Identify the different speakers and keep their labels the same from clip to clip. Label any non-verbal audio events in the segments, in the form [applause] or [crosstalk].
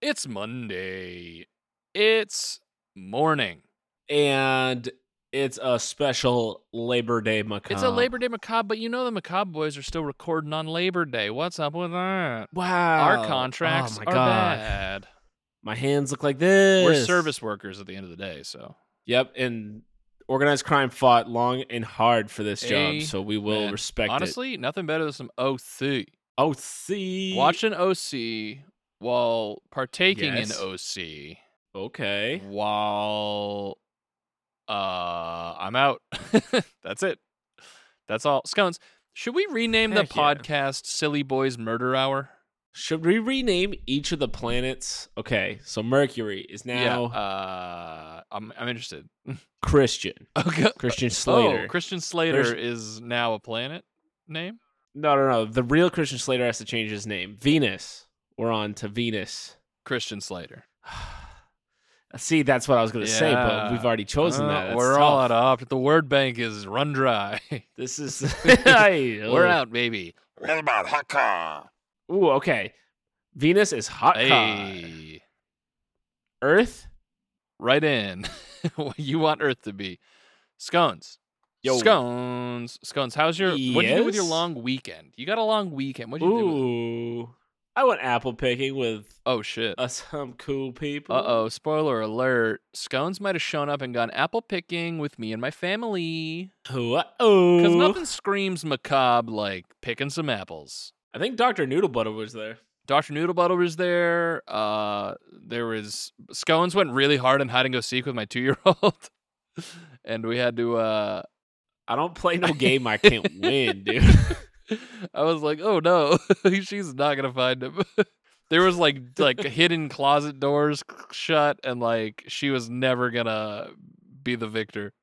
Speaker 1: It's Monday. It's morning.
Speaker 2: And it's a special Labor Day macabre.
Speaker 1: It's a Labor Day macabre, but you know the macabre boys are still recording on Labor Day. What's up with that?
Speaker 2: Wow.
Speaker 1: Our contracts
Speaker 2: oh my
Speaker 1: are
Speaker 2: God.
Speaker 1: bad.
Speaker 2: My hands look like this.
Speaker 1: We're service workers at the end of the day, so
Speaker 2: Yep. And organized crime fought long and hard for this
Speaker 1: Amen.
Speaker 2: job, so we will respect it.
Speaker 1: honestly, nothing better than some OC.
Speaker 2: Oh, see.
Speaker 1: Watch an OC while partaking
Speaker 2: Yes.
Speaker 1: in OC
Speaker 2: Okay.
Speaker 1: while uh I'm out. [laughs] That's it. That's all. Scones. Should we rename
Speaker 2: Heck
Speaker 1: the
Speaker 2: yeah.
Speaker 1: podcast Silly Boys Murder Hour?
Speaker 2: Should we rename each of the planets? Okay. So Mercury is now
Speaker 1: Yeah. Uh I'm I'm
Speaker 2: [laughs]
Speaker 1: interested.
Speaker 2: Christian.
Speaker 1: Okay.
Speaker 2: Christian Slater.
Speaker 1: Oh, Christian Slater
Speaker 2: There's-
Speaker 1: is now a planet name?
Speaker 2: no, no, no. The real Christian Slater has to change his name. Venus. We're on to Venus.
Speaker 1: Christian Slater.
Speaker 2: [sighs] See, that's what I was going to say, but
Speaker 1: Yeah.
Speaker 2: we've already chosen
Speaker 1: Uh,
Speaker 2: that. That's
Speaker 1: we're all
Speaker 2: tough.
Speaker 1: out of opt. The word bank is run dry. [laughs]
Speaker 2: This is [laughs] Hey,
Speaker 1: we're
Speaker 2: oh.
Speaker 1: out, baby.
Speaker 3: What about Hakka?
Speaker 2: Ooh, okay. Venus is hot. car.
Speaker 1: Hey.
Speaker 2: Earth.
Speaker 1: Right in. [laughs] what you want Earth to be. Scones.
Speaker 2: Yo.
Speaker 1: Scones. Scones. How's your what do you do with your
Speaker 2: Yes?
Speaker 1: long weekend? You got a long weekend. What do you do? With,
Speaker 2: Ooh, I went apple picking with
Speaker 1: oh shit. Uh
Speaker 2: uh, some cool people.
Speaker 1: oh, spoiler alert. Scones might have shown up and gone apple picking with me and my family.
Speaker 2: oh,
Speaker 1: Because
Speaker 2: oh.
Speaker 1: nothing screams macabre like picking some apples.
Speaker 2: I think Doctor Noodle Butter was there.
Speaker 1: Dr. Noodlebottle was there. Uh, there was Scones went really hard in hide and go seek with my two year old, [laughs] and we had to. Uh,
Speaker 2: I don't
Speaker 1: [laughs]
Speaker 2: play no game I can't win, dude.
Speaker 1: I was like, oh no, [laughs] she's not gonna find him. [laughs] there was like [laughs] like hidden closet doors shut, and like she was never gonna be the victor.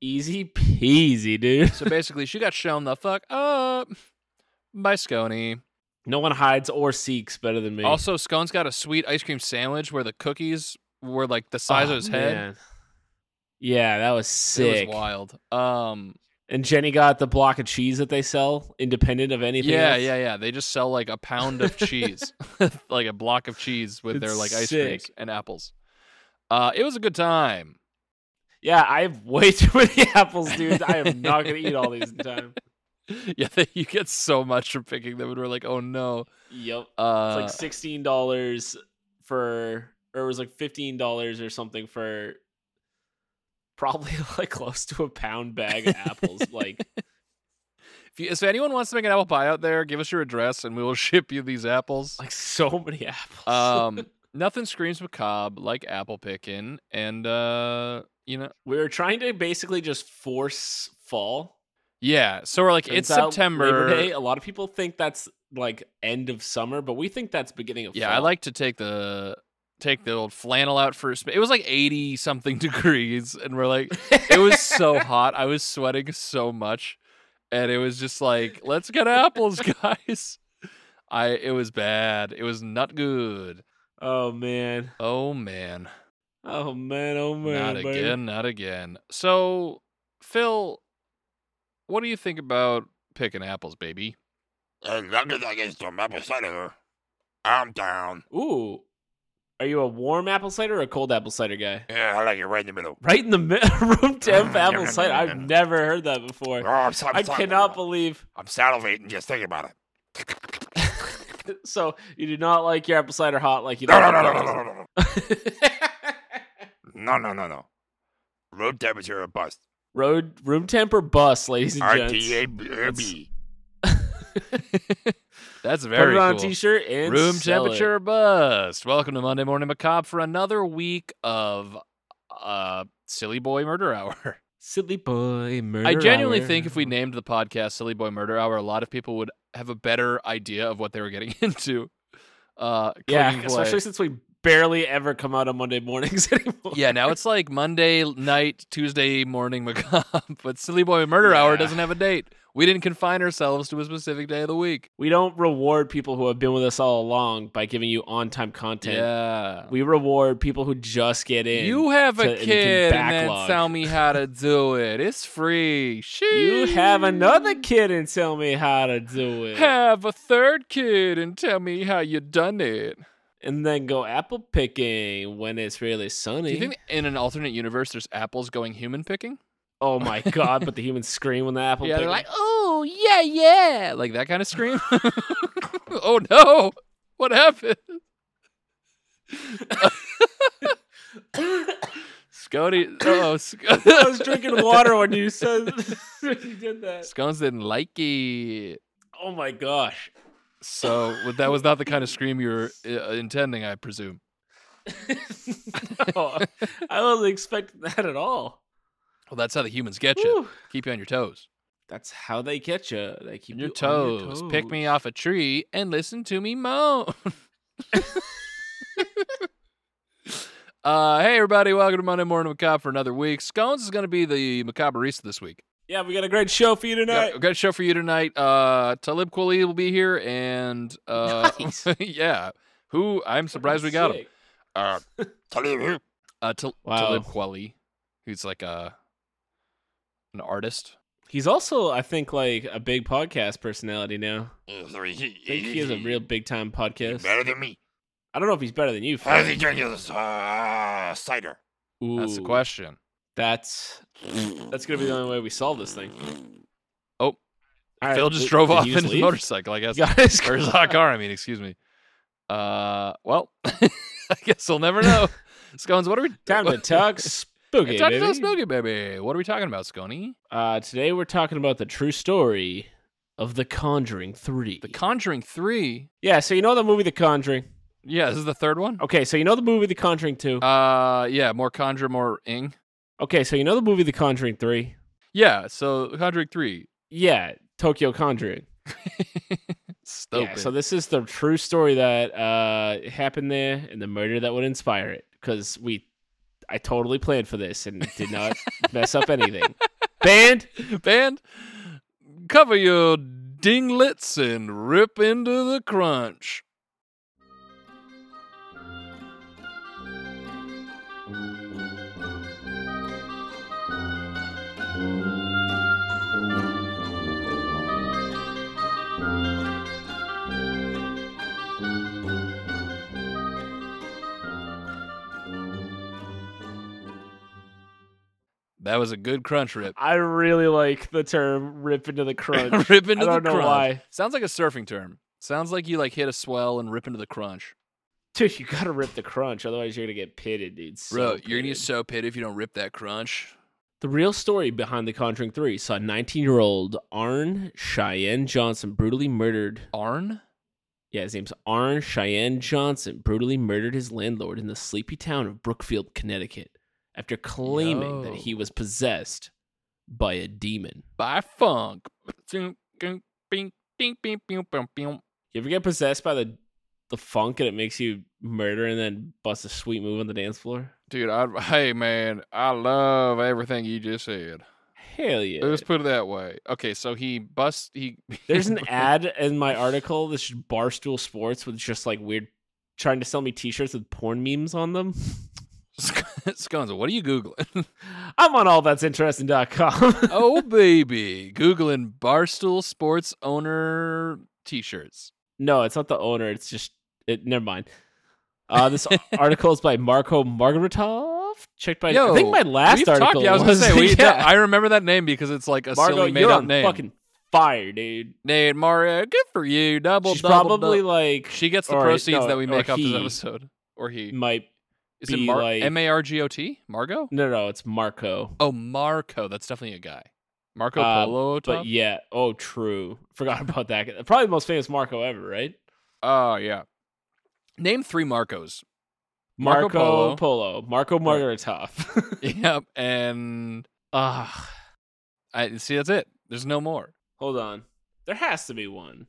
Speaker 2: Easy peasy, dude.
Speaker 1: So basically, she got shown the fuck up by Scony.
Speaker 2: No one hides or seeks better than me.
Speaker 1: Also, Scones got a sweet ice cream sandwich where the cookies were like the size
Speaker 2: Oh,
Speaker 1: of his head.
Speaker 2: man. Yeah, that was sick.
Speaker 1: It was wild. Um,
Speaker 2: And Jenny got the block of cheese that they sell, independent of anything.
Speaker 1: yeah,
Speaker 2: else.
Speaker 1: yeah, yeah. They just sell like a pound of
Speaker 2: [laughs]
Speaker 1: cheese, like a block of cheese with their
Speaker 2: It's
Speaker 1: like ice creams
Speaker 2: sick.
Speaker 1: and apples. Uh, it was a good time. [laughs]
Speaker 2: Yeah, I have way [laughs] too many apples, dude. I am not gonna eat
Speaker 1: [laughs]
Speaker 2: all these in time.
Speaker 1: yeah, you get so much from picking them, and we're like, oh no.
Speaker 2: Yep. It's
Speaker 1: Uh,
Speaker 2: like sixteen dollars for, or it was like fifteen dollars or something for, probably [laughs] like close to a pound bag of apples.
Speaker 1: [laughs]
Speaker 2: Like,
Speaker 1: if, you, if anyone wants to make an apple pie out there, give us your address, and we will [laughs] ship you these apples.
Speaker 2: like so many [laughs] apples.
Speaker 1: Um, nothing screams macabre like apple picking, and uh, you know,
Speaker 2: we were trying to basically just force fall.
Speaker 1: yeah. So we're like,
Speaker 2: Turns
Speaker 1: it's
Speaker 2: out
Speaker 1: September.
Speaker 2: Labor Day. A lot of people think that's like end of summer, but we think that's beginning of
Speaker 1: Yeah,
Speaker 2: fall.
Speaker 1: I like to take the take the old flannel out first. But it was like eighty something [laughs] degrees, and we're like, it [laughs] was
Speaker 2: [laughs]
Speaker 1: so hot. I was sweating so much, and it was just like, let's get apples, [laughs] guys. I it was bad. It was not good.
Speaker 2: Oh man.
Speaker 1: Oh man,
Speaker 2: Oh man. Oh
Speaker 1: not
Speaker 2: man. baby.
Speaker 1: again, not again. So, Phil, what do you think about picking apples, baby?
Speaker 2: [laughs]
Speaker 3: As long as I get some apple cider, I'm down.
Speaker 2: Ooh. Are you a warm apple cider or a cold apple cider guy?
Speaker 3: Yeah, I like it right in the middle.
Speaker 2: Right in
Speaker 1: [laughs]
Speaker 2: the mi- room temp apple cider. I've never heard that
Speaker 3: Oh,
Speaker 2: before.
Speaker 3: I'm, i
Speaker 2: I cannot believe. [laughs]
Speaker 3: I'm salivating just thinking about it.
Speaker 2: So you do not like your apple cider hot like you
Speaker 3: No, no,
Speaker 2: like
Speaker 3: no,
Speaker 2: your
Speaker 3: no, no,
Speaker 2: apple [laughs]
Speaker 3: no, no, no.
Speaker 1: [laughs]
Speaker 2: cider-
Speaker 3: No, no, no, no. Room temperature or bust.
Speaker 2: Road room temp or bus, ladies and gents.
Speaker 3: RTAB.
Speaker 1: That's very
Speaker 2: Put it on
Speaker 1: cool.
Speaker 2: a t-shirt and
Speaker 1: Room
Speaker 2: sell it.
Speaker 1: temperature bust. Welcome to Monday Morning Macabre for another week of uh Silly Boy Murder Hour. [laughs]
Speaker 2: Silly boy murder.
Speaker 1: I genuinely
Speaker 2: hour.
Speaker 1: think if we named the podcast Silly Boy Murder Hour, a lot of people would have a better idea of what they were getting [laughs] into. Uh
Speaker 2: yeah,
Speaker 1: clicking play.
Speaker 2: especially since we barely ever come out on Monday mornings [laughs] anymore.
Speaker 1: yeah, now it's like Monday night, Tuesday morning macabre, [laughs] but Silly Boy Murder Hour
Speaker 2: Yeah.
Speaker 1: doesn't have a date. We didn't confine ourselves to a specific day of the week.
Speaker 2: we don't reward people who have been with us all along by giving you on-time content.
Speaker 1: Yeah.
Speaker 2: We reward people who just get in.
Speaker 1: You have
Speaker 2: to-
Speaker 1: a
Speaker 2: and you can
Speaker 1: kid and then
Speaker 2: backlog.
Speaker 1: tell me how to do it. It's free.
Speaker 2: [laughs] You
Speaker 1: Sheesh. [laughs]
Speaker 2: have another kid and tell me how to do it.
Speaker 1: Have a third kid and tell me how you done it.
Speaker 2: and then go apple picking when it's really sunny.
Speaker 1: Do you think in an alternate universe there's apples going human picking? [laughs]
Speaker 2: oh my god! But the humans scream when the apple.
Speaker 1: yeah,
Speaker 2: picking.
Speaker 1: they're
Speaker 2: [laughs]
Speaker 1: like, [laughs] oh yeah, yeah, like that kind of scream. [laughs] oh no, what happened? Scotty,
Speaker 2: [laughs]
Speaker 1: oh, Sc-
Speaker 2: I was drinking water when you said [laughs] when you did
Speaker 1: [laughs]
Speaker 2: that.
Speaker 1: Scones didn't like it.
Speaker 2: Oh my
Speaker 1: [laughs]
Speaker 2: gosh! [laughs]
Speaker 1: So w- that was not the kind of scream you were uh, intending, I presume.
Speaker 2: no, I wasn't expecting that at all.
Speaker 1: Well, that's how the humans get you.
Speaker 2: Whew.
Speaker 1: Keep you on your toes.
Speaker 2: That's how they get you. They keep
Speaker 1: On your
Speaker 2: you on your
Speaker 1: toes. Pick me off a tree and listen to me moan. [laughs] uh, hey, everybody. Welcome to Monday Morning Macabre for another week. Scones is going to be the Macabrista this week.
Speaker 2: Yeah, we got a great show for you
Speaker 1: We
Speaker 2: tonight.
Speaker 1: Got, got a show for you tonight. Uh, Talib Kweli will be here. And [laughs] uh,
Speaker 2: Nice.
Speaker 1: yeah, who I'm surprised we got him.
Speaker 2: Sick.
Speaker 3: Uh, Talib here.
Speaker 1: Uh, Tal-
Speaker 2: Wow.
Speaker 1: Talib Kweli, who's like a, an artist.
Speaker 2: He's also, I think, like a big podcast personality now.
Speaker 3: Yeah, sorry, he,
Speaker 2: I think he has a real big time podcast.
Speaker 3: better than me.
Speaker 2: I don't know if he's better than you.
Speaker 3: How does
Speaker 2: Fred.
Speaker 3: he drink his uh, cider?
Speaker 1: That's the
Speaker 2: Ooh,
Speaker 1: question.
Speaker 2: That's that's gonna be the only way we solve this thing.
Speaker 1: Oh.
Speaker 2: All right,
Speaker 1: Phil just
Speaker 2: did-
Speaker 1: drove
Speaker 2: did
Speaker 1: off
Speaker 2: he
Speaker 1: in
Speaker 2: just
Speaker 1: his
Speaker 2: leave?
Speaker 1: motorcycle, I guess.
Speaker 2: He got his
Speaker 1: or his
Speaker 2: car.
Speaker 1: hot car, I mean, excuse me. Uh, well, [laughs] I guess we'll never
Speaker 2: [laughs]
Speaker 1: know. Scones, what are we
Speaker 2: Time
Speaker 1: [laughs]
Speaker 2: to talk spooky,
Speaker 1: It's time to
Speaker 2: baby.
Speaker 1: talk spooky, baby. What are we talking about, Scony?
Speaker 2: Uh, today we're talking about the true story of The Conjuring Three.
Speaker 1: The Conjuring Three.
Speaker 2: yeah, so you know the movie The Conjuring.
Speaker 1: Yeah, this is the third one.
Speaker 2: Okay, so you know the movie The Conjuring Two.
Speaker 1: Uh, yeah, more conjure, more ing.
Speaker 2: Okay, so you know the movie The Conjuring Three.
Speaker 1: Yeah, so Conjuring Three.
Speaker 2: Yeah, Tokyo Conjuring.
Speaker 1: Stupid.
Speaker 2: Yeah, so this is the true story that uh, happened there and the murder that would inspire it. Because we, I totally planned for this and
Speaker 1: [laughs]
Speaker 2: did not mess up anything. Band,
Speaker 1: Band, cover your dinglets and rip into the crunch. That was a good crunch rip.
Speaker 2: I really like the term "rip into
Speaker 1: [laughs]
Speaker 2: the [laughs] crunch."
Speaker 1: rip into
Speaker 2: I
Speaker 1: the
Speaker 2: don't know
Speaker 1: crunch.
Speaker 2: why.
Speaker 1: Sounds like a surfing term. Sounds like you like hit a swell and rip into the crunch.
Speaker 2: Dude, you gotta rip the crunch, otherwise you're gonna get pitted, dude. So
Speaker 1: Bro, you're gonna get
Speaker 2: pitted.
Speaker 1: so pitted if you don't rip that crunch.
Speaker 2: The real story behind The Conjuring 3 saw 19 year old Arn Cheyenne Johnson brutally murdered.
Speaker 1: Arn?
Speaker 2: Yeah, his name's Arn Cheyenne Johnson brutally murdered his landlord in the sleepy town of Brookfield, Connecticut, after claiming that
Speaker 1: Yo.
Speaker 2: he was possessed by a demon.
Speaker 1: By funk. Ding, ding, bing, ding, bing, bing, bing, bing.
Speaker 2: You ever get possessed by the the funk and it makes you murder and then bust a sweet move on the dance floor?
Speaker 1: Dude, I, hey man, I love everything you just said.
Speaker 2: Hell yeah.
Speaker 1: Let's put it that way. Okay, so he busts. He
Speaker 2: [laughs]
Speaker 1: [laughs]
Speaker 2: There's an ad in my article. This is Barstool Sports with just like weird, trying to sell me T-shirts with porn memes on them. [laughs]
Speaker 1: Scones. What are you googling? [laughs]
Speaker 2: I'm on all that's [laughs] interesting.com.
Speaker 1: oh baby, googling barstool sports owner t-shirts.
Speaker 2: no, it's not the owner. It's just it. Never mind. Uh, this [laughs] article is by Marco Margaritov. Checked by I
Speaker 1: Yo,
Speaker 2: think my last
Speaker 1: We've
Speaker 2: article.
Speaker 1: talked- yeah, I was, gonna say we, [laughs]
Speaker 2: [laughs] yeah.
Speaker 1: I remember that name because it's like a
Speaker 2: Margo,
Speaker 1: silly made
Speaker 2: you're
Speaker 1: up
Speaker 2: on
Speaker 1: name.
Speaker 2: fucking fire, dude.
Speaker 1: Nate Mario, good for you. Double
Speaker 2: She's
Speaker 1: double.
Speaker 2: probably
Speaker 1: dou-
Speaker 2: like
Speaker 1: she gets the
Speaker 2: or,
Speaker 1: proceeds
Speaker 2: no,
Speaker 1: that we
Speaker 2: or
Speaker 1: make off this
Speaker 2: he
Speaker 1: episode. Or he
Speaker 2: might.
Speaker 1: is it
Speaker 2: be
Speaker 1: Mar-
Speaker 2: like-
Speaker 1: M A R G O T Margo?
Speaker 2: No, no, it's Marco.
Speaker 1: Oh, Marco. That's definitely a guy. Marco
Speaker 2: Uh,
Speaker 1: Polo.
Speaker 2: But
Speaker 1: Top?
Speaker 2: yeah, oh, true. Forgot [laughs] about that. guy. Probably the most famous Marco ever, right?
Speaker 1: Oh yeah. Name three Marcos. [laughs] Marco Polo.
Speaker 2: Marco, Polo. Marco Margaritov. [laughs]
Speaker 1: yep. And
Speaker 2: Ah,
Speaker 1: I see. That's it. There's no more.
Speaker 2: hold on. There has to be one.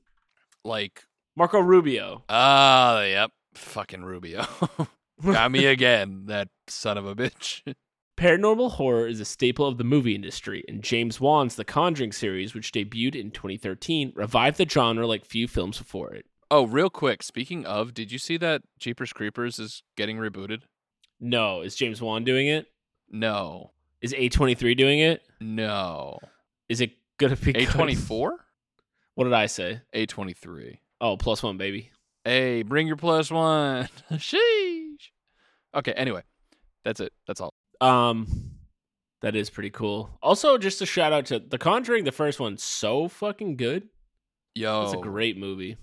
Speaker 1: Like
Speaker 2: Marco Rubio.
Speaker 1: ah, yep. Fucking Rubio. [laughs] Got [laughs] me again. That son of a bitch.
Speaker 2: Paranormal horror is a staple of the movie industry, and James Wan's The Conjuring series, which debuted in 2013, revived the genre like few films before it.
Speaker 1: Oh, real quick. Speaking of, did you see that Jeepers Creepers is getting rebooted?
Speaker 2: No, is James Wan doing it?
Speaker 1: No,
Speaker 2: Is A23 doing it? [laughs]
Speaker 1: no.
Speaker 2: Is it gonna be good?
Speaker 1: A twenty four,
Speaker 2: [laughs] What did I say?
Speaker 1: A twenty three.
Speaker 2: Oh, plus one, baby.
Speaker 1: Hey, bring your plus one. [laughs] Sheesh. Okay, anyway, that's it. That's all.
Speaker 2: Um, that is pretty cool. Also, just a shout out to The Conjuring. The first one, so fucking good.
Speaker 1: Yo.
Speaker 2: It's a great movie.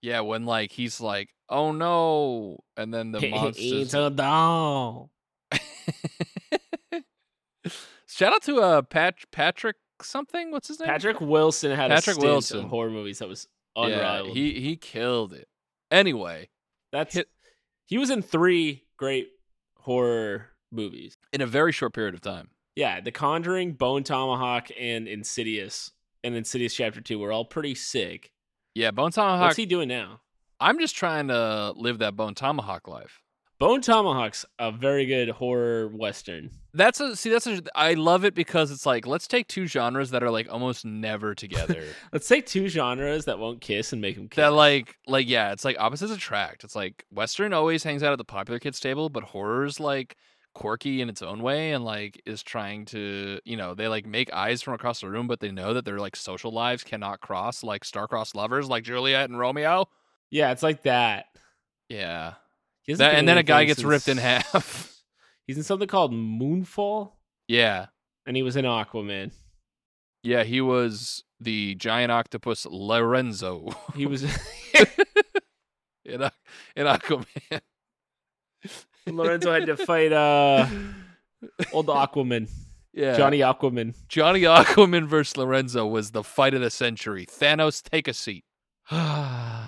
Speaker 1: Yeah, when like he's like, "Oh no," and then
Speaker 2: [laughs]
Speaker 1: the monsters.
Speaker 2: it's a doll.
Speaker 1: Shout out to uh Pat- Patrick something. What's his name?
Speaker 2: Patrick Wilson had
Speaker 1: Patrick
Speaker 2: a stint
Speaker 1: Wilson.
Speaker 2: of horror movies that was
Speaker 1: Yeah,
Speaker 2: unrivaled.
Speaker 1: he he killed it. Anyway,
Speaker 2: That's
Speaker 1: hit-
Speaker 2: he was in three great horror movies.
Speaker 1: in a very short period of time.
Speaker 2: Yeah, The Conjuring, Bone Tomahawk, and Insidious, and Insidious Chapter Two were all pretty sick.
Speaker 1: Yeah, Bone Tomahawk.
Speaker 2: What's he doing now?
Speaker 1: I'm just trying to live that Bone Tomahawk life.
Speaker 2: Bone Tomahawk's a very good horror western.
Speaker 1: That's a see. That's a. I love it because it's like let's take two genres that are like almost never together.
Speaker 2: Let's take two genres that won't kiss and make them kiss.
Speaker 1: that like like yeah, it's like opposites attract. It's like Western always hangs out at the popular kids table, but horror's like quirky in its own way and like is trying to you know they like make eyes from across the room, but they know that their like social lives cannot cross like star-crossed lovers like Juliet and Romeo.
Speaker 2: yeah, it's like that.
Speaker 1: Yeah,
Speaker 2: He hasn't
Speaker 1: That-
Speaker 2: been
Speaker 1: and then a
Speaker 2: anything
Speaker 1: guy gets
Speaker 2: since-
Speaker 1: ripped in half.
Speaker 2: [laughs] He's in something called Moonfall,
Speaker 1: yeah,
Speaker 2: and he was in Aquaman.
Speaker 1: yeah. He was the giant octopus Lorenzo. [laughs]
Speaker 2: He was [laughs]
Speaker 1: in, Aqu- in Aquaman. [laughs]
Speaker 2: Lorenzo had to fight uh
Speaker 1: [laughs]
Speaker 2: old Aquaman,
Speaker 1: yeah.
Speaker 2: Johnny Aquaman.
Speaker 1: Johnny Aquaman versus Lorenzo was the fight of the century. Thanos, take a seat. [sighs]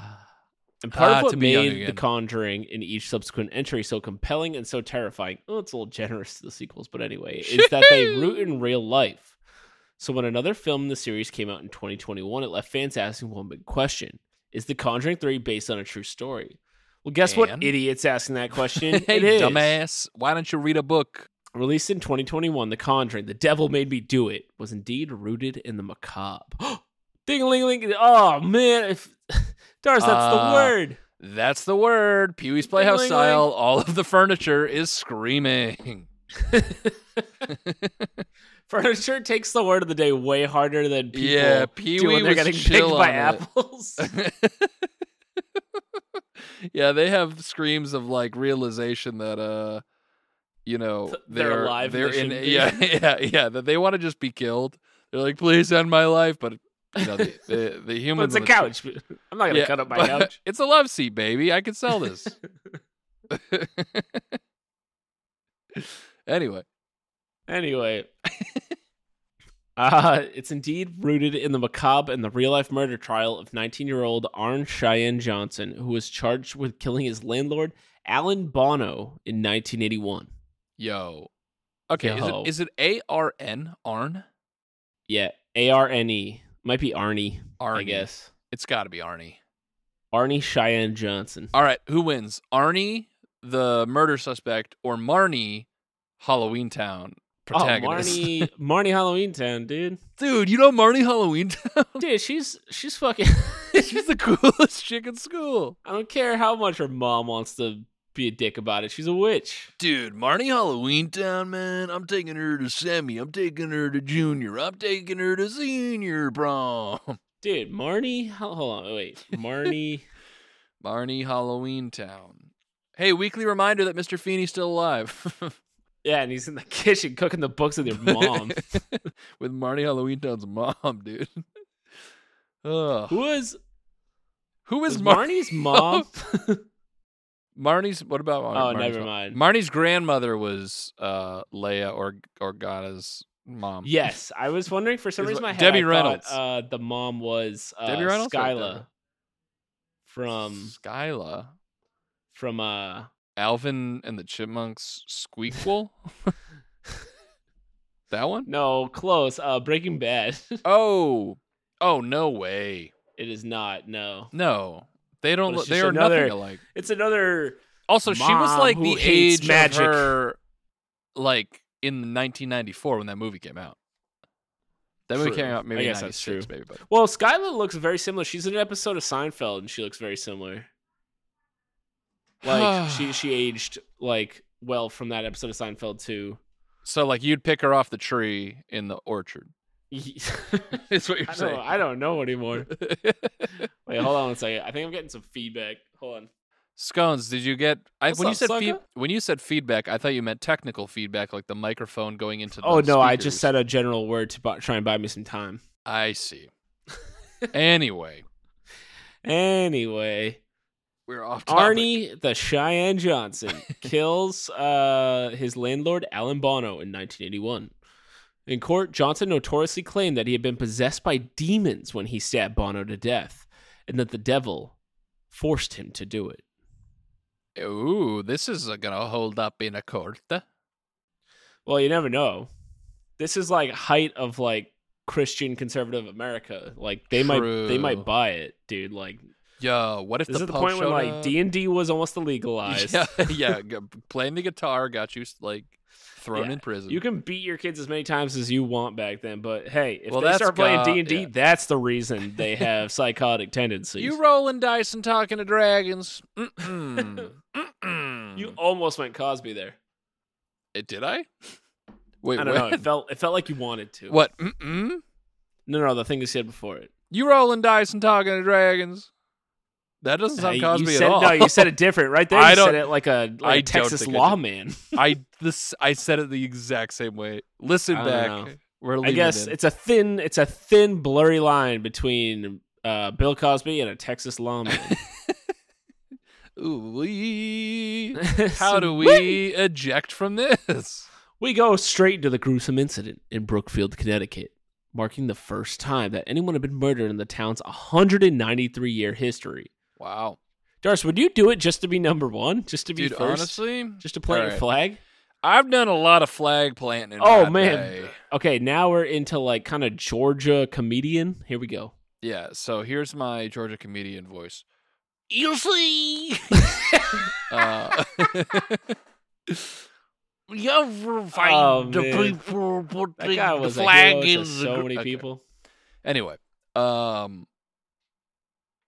Speaker 2: And part
Speaker 1: Ah,
Speaker 2: of
Speaker 1: to
Speaker 2: what
Speaker 1: be young
Speaker 2: made The
Speaker 1: again.
Speaker 2: Conjuring in each subsequent entry so compelling and so terrifying, oh, it's a little generous to the sequels, but anyway, is that they root in real life. So when another film in the series came out in 2021, it left fans asking one big question. Is The Conjuring 3 based on a true story? Well, guess
Speaker 1: And?
Speaker 2: what idiot's asking that question?
Speaker 1: [laughs] hey,
Speaker 2: it is.
Speaker 1: dumbass, why don't you read a book?
Speaker 2: Released in 2021, The Conjuring, The Devil Made Me Do It, was indeed rooted in the macabre. [gasps] Ding a ling ling. Oh, man. If... [laughs] Dars, that's
Speaker 1: Uh,
Speaker 2: the word.
Speaker 1: That's the word. Pee Wee's Playhouse
Speaker 2: Ding-a-ling-a-ling.
Speaker 1: style. All of the furniture is screaming.
Speaker 2: Furniture takes the word of the day way harder than people
Speaker 1: yeah, Pee
Speaker 2: do
Speaker 1: Wee
Speaker 2: when they're
Speaker 1: was
Speaker 2: getting picked
Speaker 1: chill
Speaker 2: by
Speaker 1: on it. [laughs]
Speaker 2: apples.
Speaker 1: yeah, they have screams of like realization that uh you know
Speaker 2: Th-
Speaker 1: they're,
Speaker 2: they're alive and
Speaker 1: They're
Speaker 2: they
Speaker 1: in [laughs]
Speaker 2: shouldn't be.
Speaker 1: yeah, yeah, yeah. That they want to just be killed. They're like, please end my life, but you know the
Speaker 2: [laughs]
Speaker 1: the, the
Speaker 2: but
Speaker 1: humans.
Speaker 2: it's a
Speaker 1: on the-
Speaker 2: couch. I'm not gonna
Speaker 1: Yeah,
Speaker 2: cut up my
Speaker 1: but
Speaker 2: couch.
Speaker 1: [laughs] It's a love seat, baby. I could sell
Speaker 2: [laughs]
Speaker 1: this. [laughs] anyway,
Speaker 2: Anyway.
Speaker 1: [laughs]
Speaker 2: Uh, it's indeed rooted in the macabre and the real life murder trial of 19 year old Arn Cheyenne Johnson, who was charged with killing his landlord, Alan Bono, in 1981.
Speaker 1: yo. Okay,
Speaker 2: Yo.
Speaker 1: is it is it A R N Arn?
Speaker 2: Yeah, A R N E. Might be Arnie,
Speaker 1: Arnie.
Speaker 2: I guess.
Speaker 1: It's got to be Arnie.
Speaker 2: Arnie Cheyenne Johnson.
Speaker 1: All right, who wins? Arnie, the murder suspect, or Marnie, Halloween Town protagonist? [laughs]
Speaker 2: Oh, Marnie, Marnie Halloween Town, dude.
Speaker 1: Dude, you know Marnie Halloween Town? [laughs]
Speaker 2: Dude, she's she's fucking. [laughs]
Speaker 1: She's the coolest chick in school.
Speaker 2: I don't care how much her mom wants to be a dick about it. She's a witch.
Speaker 1: Dude, Marnie Halloween Town, man. I'm taking her to semi. I'm taking her to junior. I'm taking her to senior prom. [laughs]
Speaker 2: Dude, Marnie. hol- Hold on, wait. Marnie.
Speaker 1: Marnie Halloween Town. Hey, weekly reminder that Mr. Feeney's still alive [laughs]
Speaker 2: yeah, and he's in the [laughs] kitchen cooking the books with your mom.
Speaker 1: with Marnie Halloween Town's mom, dude. [laughs] Ugh.
Speaker 2: Who is
Speaker 1: Who
Speaker 2: was
Speaker 1: is Marnie? [laughs]
Speaker 2: Marnie's mom?
Speaker 1: Marnie's. What about Marnie?
Speaker 2: oh,
Speaker 1: Marnie's
Speaker 2: never
Speaker 1: mom?
Speaker 2: mind.
Speaker 1: Marnie's grandmother was uh, Leia or Organa's mom.
Speaker 2: [laughs] yes, I was wondering for some
Speaker 1: Is
Speaker 2: reason.
Speaker 1: what-
Speaker 2: My head,
Speaker 1: Debbie
Speaker 2: I thought,
Speaker 1: Reynolds.
Speaker 2: uh, the mom was uh,
Speaker 1: Debbie Reynolds or
Speaker 2: Skyla
Speaker 1: Deborah?
Speaker 2: from um,
Speaker 1: Skyla,
Speaker 2: from uh
Speaker 1: Alvin and the Chipmunks,
Speaker 2: [laughs]
Speaker 1: Squeakquel. that one?
Speaker 2: no close uh Breaking Bad. [laughs]
Speaker 1: Oh, oh no way!
Speaker 2: it is not no.
Speaker 1: No, they don't.
Speaker 2: Well,
Speaker 1: look
Speaker 2: it's
Speaker 1: they
Speaker 2: just
Speaker 1: are
Speaker 2: another-
Speaker 1: nothing alike.
Speaker 2: It's another
Speaker 1: Also, she was
Speaker 2: mom
Speaker 1: like
Speaker 2: who
Speaker 1: the
Speaker 2: hates
Speaker 1: age
Speaker 2: magic.
Speaker 1: of her, like in 1994 when that movie came out. That movie
Speaker 2: True.
Speaker 1: came out
Speaker 2: I
Speaker 1: maybe
Speaker 2: guess that's
Speaker 1: 96,
Speaker 2: true.
Speaker 1: maybe, but
Speaker 2: Well, Skyla looks very similar. She's in an episode of Seinfeld, and she looks very similar. [sighs] Like she she aged like well from that episode of Seinfeld too. [laughs]
Speaker 1: So like you'd pick her off the tree in the orchard. [laughs]
Speaker 2: I
Speaker 1: Is what you're
Speaker 2: don't I don't know anymore.
Speaker 1: saying.
Speaker 2: Wait, hold on a second. I think I'm getting some feedback. Hold on.
Speaker 1: [laughs] Scones, did you get? I,
Speaker 2: What's
Speaker 1: when you
Speaker 2: up,
Speaker 1: said feed,
Speaker 2: sucker?
Speaker 1: when you said feedback, I thought you meant technical feedback, like the microphone going into. the
Speaker 2: Oh no, I
Speaker 1: speakers.
Speaker 2: just said a general word to bu- try and buy me some time.
Speaker 1: I
Speaker 2: [laughs]
Speaker 1: see. anyway,
Speaker 2: Anyway,
Speaker 1: we're off. Topic.
Speaker 2: Arnie the
Speaker 1: [laughs]
Speaker 2: Cheyenne Johnson kills uh, his landlord Alan Bono in 1981. In court, Johnson notoriously claimed that he had been possessed by demons when he stabbed Bono to death, and that the devil forced him to do it.
Speaker 1: Ooh, this is uh, gonna hold up in a court.
Speaker 2: Well, you never know. This is like height of like Christian conservative America. Like they might
Speaker 1: True.
Speaker 2: they might buy it, dude. Like
Speaker 1: Yo, what if
Speaker 2: this
Speaker 1: the
Speaker 2: is the
Speaker 1: pub
Speaker 2: point when
Speaker 1: showed
Speaker 2: like
Speaker 1: up?
Speaker 2: D and D was almost illegalized.
Speaker 1: [laughs] Yeah, yeah. g- Playing the guitar got you like thrown
Speaker 2: Yeah,
Speaker 1: in prison.
Speaker 2: You can beat your kids as many times as you want back then, but hey, if
Speaker 1: Well,
Speaker 2: they
Speaker 1: that's
Speaker 2: start playing
Speaker 1: got-
Speaker 2: D and D,
Speaker 1: yeah.
Speaker 2: that's the reason
Speaker 1: [laughs]
Speaker 2: they have psychotic tendencies.
Speaker 1: you rolling dice and talking to dragons. Mm-mm. Mm-mm.
Speaker 2: You almost went Cosby there.
Speaker 1: Eh, did I? Wait,
Speaker 2: I don't know.
Speaker 1: what?
Speaker 2: It felt it felt like you wanted
Speaker 1: [laughs]
Speaker 2: to.
Speaker 1: What? Mm-mm?
Speaker 2: No, no, the thing you said before it.
Speaker 1: You rolling dice and talking to dragons. That doesn't
Speaker 2: Uh,
Speaker 1: sound
Speaker 2: you
Speaker 1: Cosby
Speaker 2: said-
Speaker 1: at all.
Speaker 2: No, you said it different. Right there,
Speaker 1: I
Speaker 2: you
Speaker 1: don't-
Speaker 2: said it like a like
Speaker 1: I
Speaker 2: a
Speaker 1: don't
Speaker 2: Texas
Speaker 1: think I did.
Speaker 2: lawman.
Speaker 1: [laughs] I this I said it the exact same way. Listen
Speaker 2: I don't
Speaker 1: back.
Speaker 2: know.
Speaker 1: We're leaving
Speaker 2: I guess
Speaker 1: it in.
Speaker 2: it's a thin, it's a thin, blurry line between uh, Bill Cosby and a Texas lawman.
Speaker 1: Ooh, wee. [laughs]
Speaker 2: So
Speaker 1: How do
Speaker 2: [laughs]
Speaker 1: we eject from this? [laughs]
Speaker 2: We go straight into the gruesome incident in Brookfield, Connecticut, marking the first time that anyone had been murdered in the town's 193 year history.
Speaker 1: Wow,
Speaker 2: Doris, would you do it just to be number one? Just to be
Speaker 1: dude.
Speaker 2: first?
Speaker 1: Honestly,
Speaker 2: just to plant your
Speaker 1: Alright.
Speaker 2: flag?
Speaker 1: I've done a lot of flag planting. in
Speaker 2: Oh,
Speaker 1: my
Speaker 2: man.
Speaker 1: day.
Speaker 2: Okay, now we're into like kind of Georgia comedian. Here we go.
Speaker 1: Yeah. So here's my Georgia comedian voice. You
Speaker 3: [laughs]
Speaker 1: see. uh, [laughs] You ever find
Speaker 2: Oh,
Speaker 1: the
Speaker 2: man.
Speaker 1: people
Speaker 2: That
Speaker 1: putting
Speaker 2: guy
Speaker 1: the
Speaker 2: was a
Speaker 1: flag
Speaker 2: hero
Speaker 1: in
Speaker 2: to
Speaker 1: the
Speaker 2: so
Speaker 1: gr-
Speaker 2: many
Speaker 1: Okay.
Speaker 2: people.
Speaker 1: Anyway, um,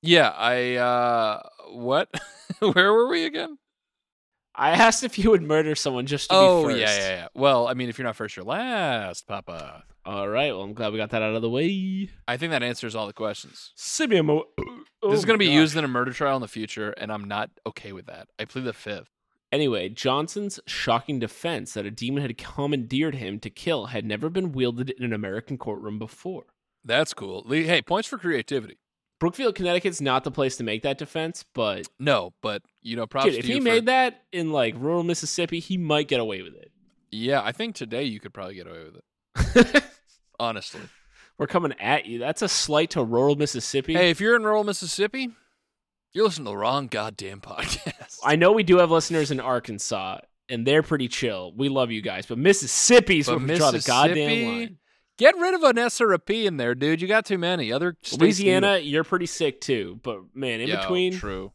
Speaker 1: yeah, I uh, what? [laughs] Where were we again?
Speaker 2: I asked if you would murder someone just to
Speaker 1: Oh
Speaker 2: be first.
Speaker 1: yeah, yeah, yeah. Well, I mean, if you're not first, you're last, Papa.
Speaker 2: All right. Well, I'm glad we got that out of the way.
Speaker 1: I think that answers all the questions.
Speaker 2: CBMO.
Speaker 1: this is going to
Speaker 2: Oh,
Speaker 1: be used in a murder trial in the future, and I'm not okay with that. I plead the fifth.
Speaker 2: Anyway, Johnson's shocking defense that a demon had commandeered him to kill had never been wielded in an American courtroom before.
Speaker 1: That's cool. Le- Hey, points for creativity.
Speaker 2: Brookfield, Connecticut's not the place to make that defense, but
Speaker 1: No, but you know, props
Speaker 2: dude,
Speaker 1: to
Speaker 2: if
Speaker 1: you
Speaker 2: he
Speaker 1: for-
Speaker 2: made that in like rural Mississippi, he might get away with
Speaker 1: Yeah, I think today you could probably get away with it. [laughs]
Speaker 2: it.
Speaker 1: Honestly,
Speaker 2: We're coming at you. That's a slight to rural Mississippi.
Speaker 1: hey, if you're in rural Mississippi, you're listening to the wrong goddamn podcast.
Speaker 2: [laughs] I know we do have listeners in Arkansas, and they're pretty chill. We love you guys, but Mississippi's
Speaker 1: But
Speaker 2: where we draw the
Speaker 1: Mississippi,
Speaker 2: goddamn line.
Speaker 1: Get rid of an SRP in there, dude. You got too many. Other states
Speaker 2: Louisiana, you're pretty sick too, but man,
Speaker 1: need
Speaker 2: in
Speaker 1: it. Yo,
Speaker 2: between,
Speaker 1: true.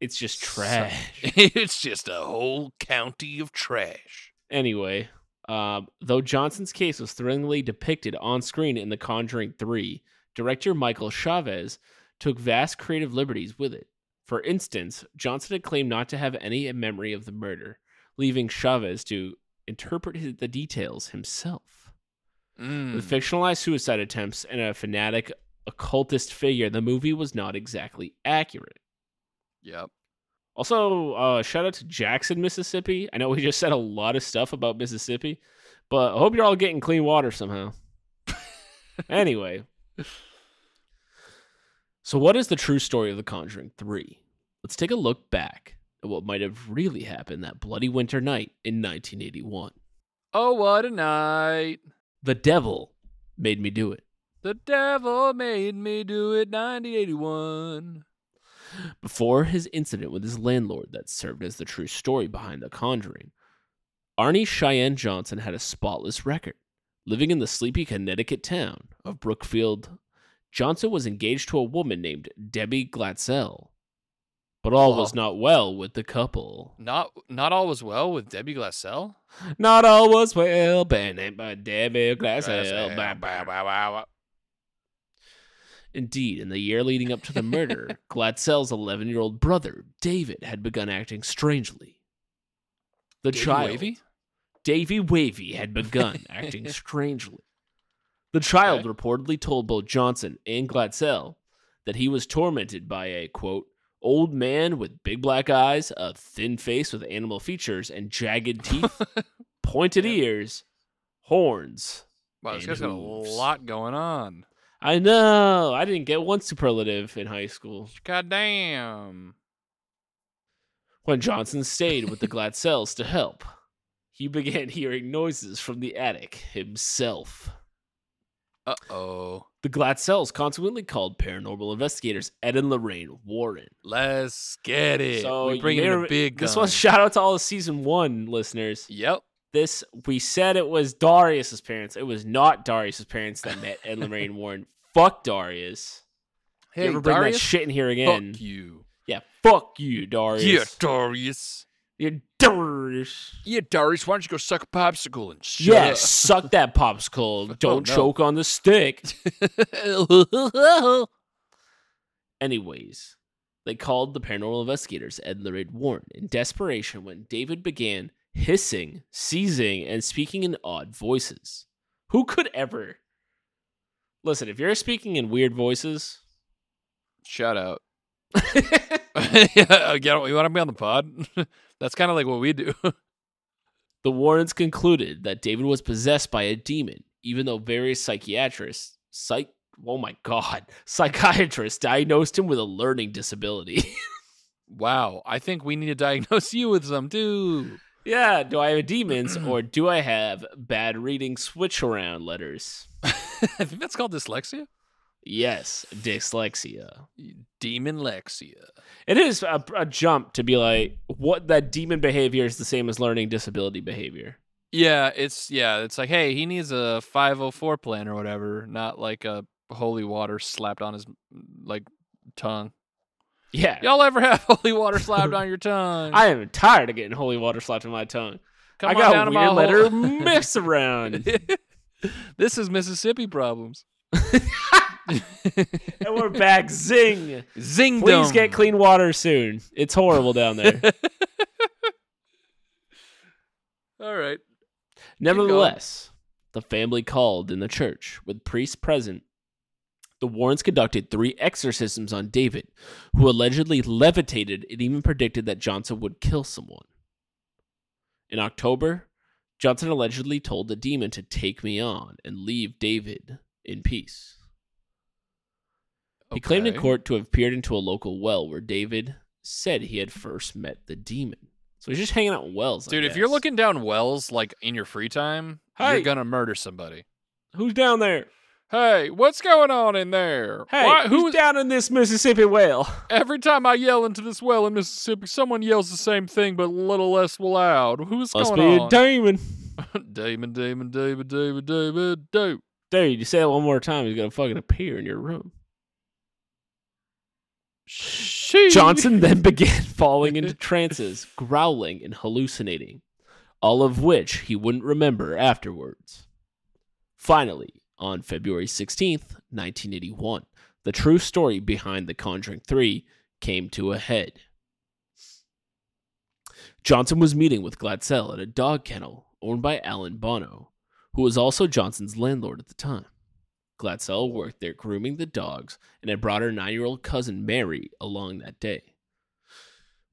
Speaker 2: it's just
Speaker 1: So-
Speaker 2: trash.
Speaker 1: [laughs] it's just a whole county of trash.
Speaker 2: Anyway, um, though Johnson's case was thrillingly depicted on screen in The Conjuring 3, director Michael Chavez took vast creative liberties with it. For instance, Johnson had claimed not to have any memory of the murder, leaving Chavez to interpret his- the details himself.
Speaker 1: Mm.
Speaker 2: With fictionalized suicide attempts and a fanatic occultist figure, the movie was not exactly accurate.
Speaker 1: Yep.
Speaker 2: Also, uh, shout out to Jackson, Mississippi. I know we just said a lot of stuff about Mississippi, but I hope you're all getting clean water somehow. anyway, so what is the true story of The Conjuring 3? Let's take a look back at what might have really happened that bloody winter night in 1981.
Speaker 1: Oh, what a night.
Speaker 2: The devil made me do it.
Speaker 1: The devil made me do it 1981.
Speaker 2: Before his incident with his landlord that served as the true story behind The Conjuring, Arnie Cheyenne Johnson had a spotless record. Living in the sleepy Connecticut town of Brookfield, Johnson was engaged to a woman named Debbie Glatzell. But all was not well with the couple.
Speaker 1: Not not all was well with Debbie Glassell.
Speaker 2: Not all was well, but named by Debbie
Speaker 1: Glassell,
Speaker 2: Glatzell. Bah, bah,
Speaker 1: bah,
Speaker 2: bah.
Speaker 1: bah, bah, bah.
Speaker 2: Indeed, in the year leading up to
Speaker 1: [laughs]
Speaker 2: the murder, Glatzell's 11 year old brother, David, had begun acting strangely. The
Speaker 1: Davey
Speaker 2: child,
Speaker 1: Wavy?
Speaker 2: Davy Wavy,
Speaker 1: [laughs]
Speaker 2: had begun acting strangely. The child
Speaker 1: Okay.
Speaker 2: reportedly told both Johnson and Glatzell that he was tormented by a quote old man with big black eyes, a thin face with animal features, and jagged
Speaker 1: [laughs]
Speaker 2: teeth, pointed
Speaker 1: Yeah.
Speaker 2: ears, horns.
Speaker 1: Wow, this
Speaker 2: And
Speaker 1: guy's got a
Speaker 2: hooves.
Speaker 1: lot going on.
Speaker 2: I know. I didn't get one superlative in high school.
Speaker 1: God damn.
Speaker 2: When Johnson stayed with the Glatzells to help, he began hearing noises from the attic himself.
Speaker 1: Uh oh.
Speaker 2: The Glatzells consequently called paranormal investigators Ed and Lorraine Warren.
Speaker 1: Let's get it.
Speaker 2: So
Speaker 1: we bring in
Speaker 2: there-
Speaker 1: the big
Speaker 2: This
Speaker 1: gun.
Speaker 2: one's shout out to all the season one listeners.
Speaker 1: Yep.
Speaker 2: This we said it was Darius's parents. It was not Darius's parents that met Ed
Speaker 1: [laughs]
Speaker 2: and Lorraine Warren. Fuck Darius.
Speaker 1: Hey,
Speaker 2: you ever bring
Speaker 1: Darius,
Speaker 2: that shit in here
Speaker 1: fuck
Speaker 2: again?
Speaker 1: you.
Speaker 2: Yeah, fuck you, Darius.
Speaker 1: Yeah, Darius.
Speaker 2: You're Darius.
Speaker 1: Yeah, Darius, why don't you go suck a popsicle and shut Oh,
Speaker 2: Yeah, suck
Speaker 1: [laughs]
Speaker 2: that popsicle. Don't
Speaker 1: no.
Speaker 2: choke on the stick.
Speaker 1: [laughs] up?
Speaker 2: Anyways, they called the paranormal investigators Ed and Lorraine Warren in desperation when David began hissing, seizing, and speaking in odd voices. Who could ever? Listen, if you're speaking in weird voices,
Speaker 1: Shout out. [laughs] yeah, you want to be on the pod? [laughs] That's kind of like what we do. [laughs]
Speaker 2: the Warrens concluded that David was possessed by a demon, even though various psychiatrists, psych, oh my god, [laughs] psychiatrists diagnosed him with a learning disability.
Speaker 1: wow, I think we need to diagnose you with some too. [laughs]
Speaker 2: Yeah, do I have
Speaker 1: [clears throat]
Speaker 2: demons or do I have bad reading switch around letters?
Speaker 1: I think that's called dyslexia.
Speaker 2: Yes, dyslexia.
Speaker 1: Demon lexia.
Speaker 2: It is a, a jump to be like, what that demon behavior is the same as learning disability behavior.
Speaker 1: Yeah, it's yeah, it's like hey, he needs a 504 plan or whatever, not like a holy water slapped on his like tongue.
Speaker 2: Yeah.
Speaker 1: Y'all ever have [laughs] holy water
Speaker 2: [laughs]
Speaker 1: slapped on your tongue?
Speaker 2: I am tired of getting holy water slapped in my tongue.
Speaker 1: Come
Speaker 2: I
Speaker 1: on
Speaker 2: got
Speaker 1: down to
Speaker 2: weird
Speaker 1: my
Speaker 2: letter
Speaker 1: hole. [laughs]
Speaker 2: mix around. [laughs]
Speaker 1: this is Mississippi problems.
Speaker 2: and we're back. Zing.
Speaker 1: Zing
Speaker 2: Please get clean water soon. It's horrible down there.
Speaker 1: [laughs] All right.
Speaker 2: Nevertheless, the family called in the church with priests present. The Warrens conducted three exorcisms on David, who allegedly levitated and even predicted that Johnson would kill someone. In October, Johnson allegedly told the demon to take me on and leave David in peace. He claimed in
Speaker 1: Okay.
Speaker 2: court to have peered into a local well where David said he had first met the demon. So he's just hanging out in wells. I
Speaker 1: Dude, if you're
Speaker 2: guess.
Speaker 1: looking down wells like in your free time,
Speaker 2: Hey.
Speaker 1: you're gonna murder somebody.
Speaker 2: who's down there?
Speaker 1: Hey, what's going on in there?
Speaker 2: Hey,
Speaker 1: Why-
Speaker 2: who's,
Speaker 1: who is-
Speaker 2: down in this Mississippi well?
Speaker 1: every time I yell into this well in Mississippi, someone yells the same thing but a little less loud. Who's
Speaker 2: Must
Speaker 1: going
Speaker 2: be a
Speaker 1: on? [laughs]
Speaker 2: demon.
Speaker 1: Damon, Damon, David, David, David, Dope.
Speaker 2: Dude, you say that one more time, he's gonna fucking appear in your room.
Speaker 1: She
Speaker 2: Johnson then began falling into trances, growling and hallucinating, all of which he wouldn't remember afterwards. Finally, on February 16th, 1981, the true story behind The Conjuring 3 came to a head. Johnson was meeting with Gladsell at a dog kennel owned by Alan Bono, who was also Johnson's landlord at the time. Gladsell worked there grooming the dogs and had brought her nine year old cousin Mary along that day.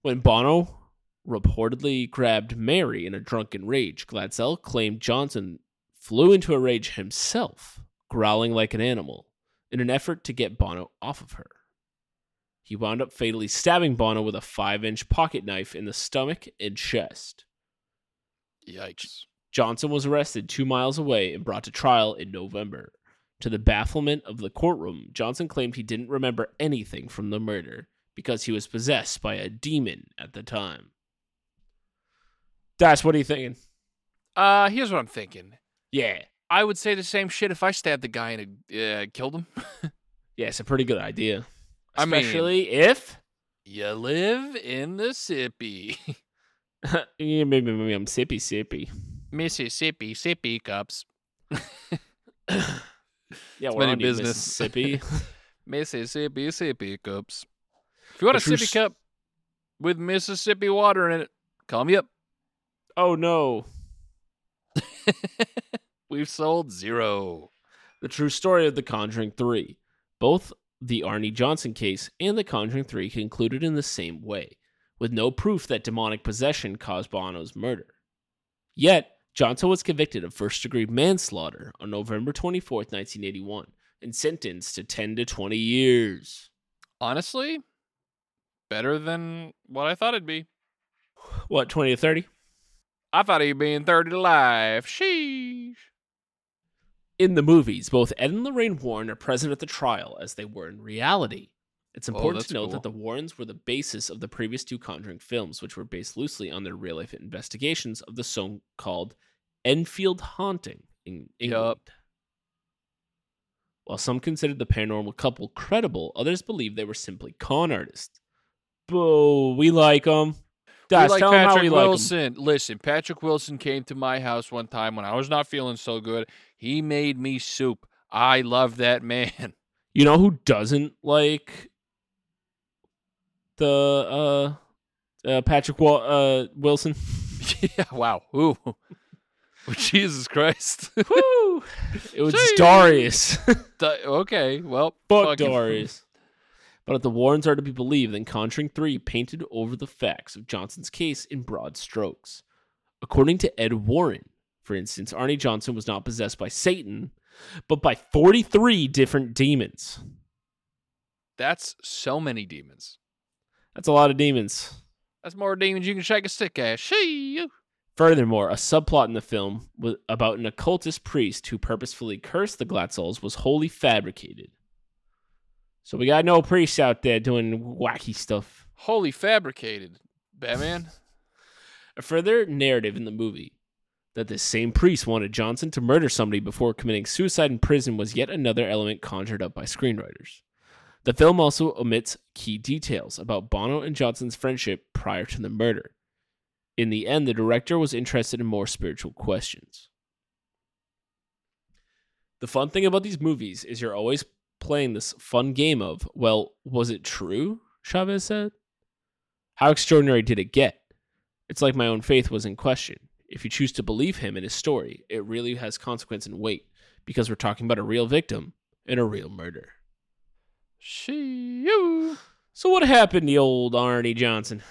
Speaker 2: When Bono reportedly grabbed Mary in a drunken rage, Gladsell claimed Johnson flew into a rage himself, growling like an animal, in an effort to get Bono off of her. He wound up fatally stabbing Bono with a five inch pocket knife in the stomach and chest.
Speaker 1: Yikes.
Speaker 2: Johnson was arrested two miles away and brought to trial in November. To the bafflement of the courtroom, Johnson claimed he didn't remember anything from the murder because he was possessed by a demon at the time. Dash, what are you thinking?
Speaker 1: Uh, here's what I'm thinking.
Speaker 2: Yeah.
Speaker 1: I would say the same shit if I stabbed the guy and uh, killed him.
Speaker 2: Yeah, it's a pretty good idea.
Speaker 1: I mean-
Speaker 2: Especially if. [laughs]
Speaker 1: You live in the sippy.
Speaker 2: yeah, maybe, maybe I'm sippy sippy.
Speaker 1: [laughs] Mississippi sippy cups.
Speaker 2: Yeah,
Speaker 1: It's
Speaker 2: we're
Speaker 1: many
Speaker 2: on you,
Speaker 1: business. [laughs]
Speaker 2: Mississippi.
Speaker 1: Mississippi sippy cups. If you want a
Speaker 2: If you're
Speaker 1: sippy
Speaker 2: s-
Speaker 1: cup with Mississippi water in it, call me up.
Speaker 2: oh no.
Speaker 1: We've sold zero.
Speaker 2: The True Story of The Conjuring 3. Both the Arnie Johnson case and The Conjuring 3 concluded in the same way, with no proof that demonic possession caused Bono's murder. Yet, Johnson was convicted of first degree manslaughter on November 24, 1981, and sentenced to 10 to 20 years.
Speaker 1: Honestly, better than what I thought it'd be.
Speaker 2: What, 20 to 30?
Speaker 1: I thought he'd be in 30 to life. Sheesh.
Speaker 2: In the movies, both Ed and Lorraine Warren are present at the trial as they were in reality. It's
Speaker 1: Oh,
Speaker 2: important
Speaker 1: that's
Speaker 2: to note
Speaker 1: cool.
Speaker 2: that the Warrens were the basis of the previous two Conjuring films, which were based loosely on their real life investigations of the so called Enfield haunting in England. While some considered the paranormal couple credible, others believed they were simply con artists. Boo, we like them. That's
Speaker 1: we like
Speaker 2: tell 'em
Speaker 1: Patrick
Speaker 2: how we like 'em.
Speaker 1: Wilson. Listen, Patrick Wilson came to my house one time when I was not feeling so good. He made me soup. I love that man. [laughs]
Speaker 2: You know who doesn't like the uh, uh Patrick Wa- uh Wilson? [laughs]
Speaker 1: yeah, wow. Ooh. [laughs] Jesus Christ. [laughs]
Speaker 2: Woo! It was
Speaker 1: Jeez. [laughs]
Speaker 2: Darius.
Speaker 1: Di- okay, well,
Speaker 2: Fuck
Speaker 1: fucking-
Speaker 2: Darius. But if the Warrens are to be believed, then Conjuring 3 painted over the facts of Johnson's case in broad strokes. According to Ed Warren, for instance, Arnie Johnson was not possessed by Satan, but by 43 different demons.
Speaker 1: [laughs] That's so many demons.
Speaker 2: That's a lot of demons.
Speaker 1: That's more demons you can shake a stick at. She.
Speaker 2: Furthermore, a subplot in the film wa- about an occultist priest who purposefully cursed the Glatzels was wholly fabricated. So we got no priests out there doing wacky stuff.
Speaker 1: Holy fabricated,
Speaker 2: [laughs]
Speaker 1: Batman.
Speaker 2: A further narrative in the movie that this same priest wanted Johnson to murder somebody before committing suicide in prison was yet another element conjured up by screenwriters. The film also omits key details about Bono and Johnson's friendship prior to the murder. In the end, the director was interested in more spiritual questions. The fun thing about these movies is you're always playing this fun game of, well, was it true? Chavez said. How extraordinary did it get? It's like my own faith was in question. If you choose to believe him and his story, it really has consequence and weight because we're talking about a real victim and a real murder.
Speaker 1: She. you.
Speaker 2: So, what happened to old Arnie Johnson?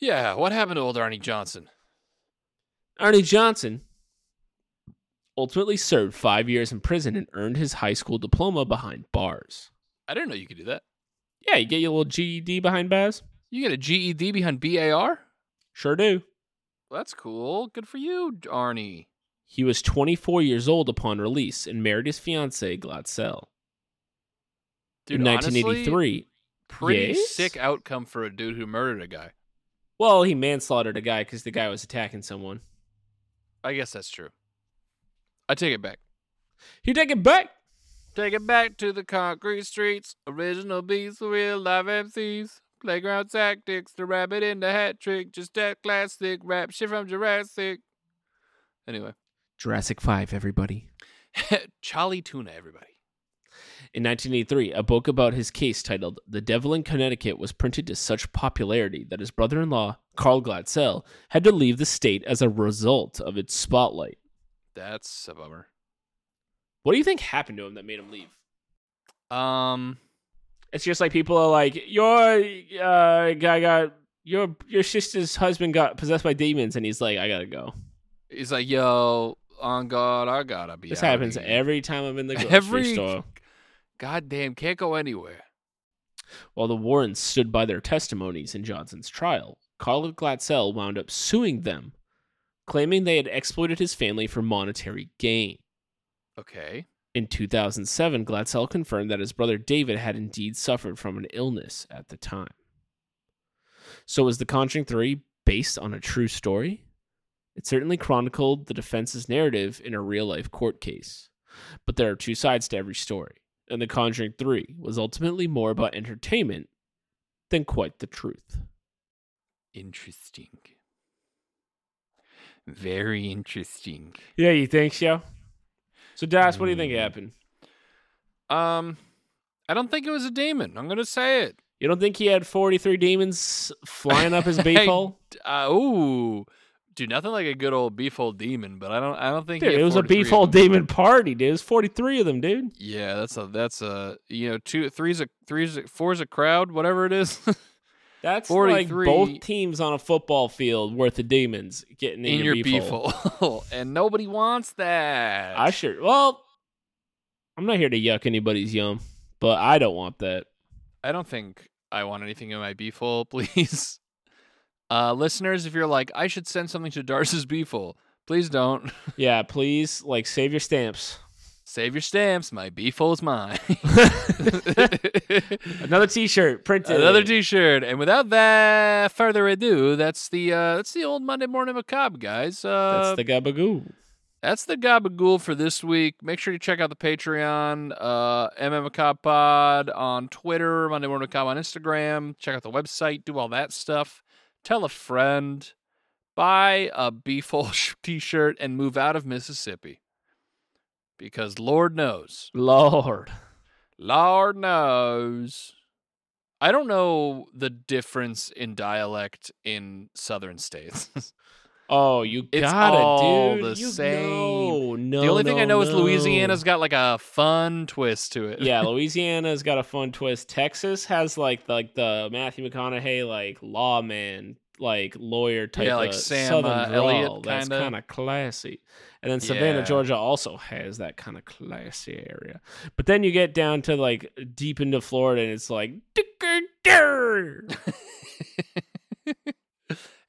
Speaker 1: Yeah, what happened to old Arnie Johnson?
Speaker 2: Arnie Johnson ultimately served five years in prison and earned his high school diploma behind bars.
Speaker 1: I didn't know you could do that.
Speaker 2: Yeah, you get your little GED behind bars?
Speaker 1: You get a GED behind BAR?
Speaker 2: Sure do.
Speaker 1: Well, that's cool. Good for you, Arnie.
Speaker 2: He was 24 years old upon release and married his fiancee, Glatzel.
Speaker 1: Dude,
Speaker 2: in
Speaker 1: honestly,
Speaker 2: 1983,
Speaker 1: pretty
Speaker 2: Yes?
Speaker 1: sick outcome for a dude who murdered a guy.
Speaker 2: Well, he manslaughtered a guy because the guy was attacking someone.
Speaker 1: I guess that's true. I take it back.
Speaker 2: You take it back.
Speaker 1: Take it back to the concrete streets. Original beats, real live MCs. Playground tactics, the rabbit in the hat trick. Just that classic rap shit from Jurassic. Anyway, [laughs]
Speaker 2: Jurassic 5, everybody.
Speaker 1: Charlie Tuna, everybody.
Speaker 2: In 1983, a book about his case titled The Devil in Connecticut was printed to such popularity that his brother in law, Carl Glatzel, had to leave the state as a result of its spotlight.
Speaker 1: That's a bummer.
Speaker 2: What do you think happened to him that made him leave?
Speaker 1: Um,
Speaker 2: It's just like people are like, Your uh, guy got. Your your sister's husband got possessed by demons, and he's like, I gotta go.
Speaker 1: he's like, yo, on God, I gotta be.
Speaker 2: This
Speaker 1: out
Speaker 2: happens
Speaker 1: here.
Speaker 2: every time I'm in the grocery
Speaker 1: Every
Speaker 2: store.
Speaker 1: Goddamn, can't go anywhere.
Speaker 2: While the Warrens stood by their testimonies in Johnson's trial, Carl Glatzel wound up suing them, claiming they had exploited his family for monetary gain.
Speaker 1: Okay.
Speaker 2: In 2007, Glatzel confirmed that his brother David had indeed suffered from an illness at the time. So, was The Conjuring 3 based on a true story? It certainly chronicled the defense's narrative in a real life court case. But there are two sides to every story, and The Conjuring 3 was ultimately more about entertainment than quite the truth.
Speaker 1: Interesting. Very interesting.
Speaker 2: Yeah, you think so? So, Das,
Speaker 1: what do you think
Speaker 2: happened?
Speaker 1: Um, I don't think it was a demon. I'm gonna say it.
Speaker 2: [laughs] You don't think he had 43 demons flying up his beef hole?
Speaker 1: Uh, ooh, dude, nothing like a good old beef hole demon. But I don't, I don't think he
Speaker 2: Dude,
Speaker 1: had
Speaker 2: it was a
Speaker 1: 43
Speaker 2: beef
Speaker 1: of
Speaker 2: hole
Speaker 1: them.
Speaker 2: demon party, dude. It was 43 of them, dude.
Speaker 1: Yeah, that's a that's a you know two three's a three's a, four's a crowd whatever it is. [laughs]
Speaker 2: That's
Speaker 1: 43
Speaker 2: like both teams on a football field worth of demons getting in,
Speaker 1: in your beef
Speaker 2: hole.
Speaker 1: hole, [laughs] and nobody wants that.
Speaker 2: I sure. Well, I'm not here to yuck anybody's yum, but I don't want that.
Speaker 1: I don't think I want anything in my beef hole, [laughs] please. Uh, listeners, if you're like, I should send something to Darce's beef hole, please don't. [laughs]
Speaker 2: Yeah, [laughs] please, like, save your stamps.
Speaker 1: Save your stamps. My beef hole's mine. [laughs]
Speaker 2: Another T-shirt printed.
Speaker 1: Another T-shirt, and without that further ado, that's the uh, that's the old Monday morning macabre, guys. Uh,
Speaker 2: That's the gabagoo.
Speaker 1: That's the Gabagool for this week. Make sure you check out the Patreon, uh, MMCOB Pod on Twitter, Monday Morning Macabre on Instagram. Check out the website, do all that stuff. Tell a friend, buy a Beefhole sh- [laughs] t-shirt, and move out of Mississippi. Because Lord knows,
Speaker 2: Lord,
Speaker 1: Lord knows. I don't know the difference in dialect in southern states. [laughs]
Speaker 2: oh, you
Speaker 1: It's
Speaker 2: gotta,
Speaker 1: all
Speaker 2: dude.
Speaker 1: the
Speaker 2: you
Speaker 1: same.
Speaker 2: know. No,
Speaker 1: the only thing I
Speaker 2: no,
Speaker 1: know is
Speaker 2: no.
Speaker 1: Louisiana's got like a fun twist to it.
Speaker 2: yeah, Louisiana's got a fun twist. Texas has like the, like the Matthew McConaughey like lawman like lawyer type.
Speaker 1: Yeah, like
Speaker 2: of
Speaker 1: Sam,
Speaker 2: Southern
Speaker 1: uh,
Speaker 2: drawl.
Speaker 1: Elliott
Speaker 2: That's
Speaker 1: kinda.
Speaker 2: kind of classy. And then Savannah,
Speaker 1: Yeah.
Speaker 2: Georgia, also has that kind of classy area. But then you get down to like deep into Florida, and it's like "Dicker-der."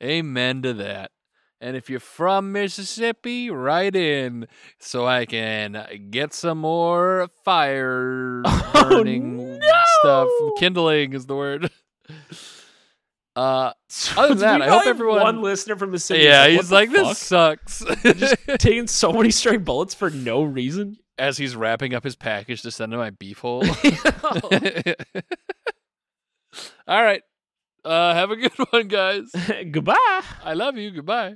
Speaker 1: Amen to that. And if you're from Mississippi, write in so I can get some more fire
Speaker 2: [laughs] Oh,
Speaker 1: burning stuff.
Speaker 2: no!
Speaker 1: Kindling is the word. [laughs] Uh,
Speaker 2: So [laughs]
Speaker 1: Other than
Speaker 2: we
Speaker 1: that, I hope
Speaker 2: probably have
Speaker 1: everyone-
Speaker 2: One listener from the city.
Speaker 1: yeah,
Speaker 2: is
Speaker 1: he's like,
Speaker 2: like, "What the
Speaker 1: this sucks.
Speaker 2: fuck?" taking so many stray bullets for no reason.
Speaker 1: [laughs] As he's wrapping up his package to send to my beef
Speaker 2: [laughs]
Speaker 1: hole. [laughs] Oh. All right. Uh, have a good [laughs] one, guys.
Speaker 2: Goodbye.
Speaker 1: I love you. Goodbye.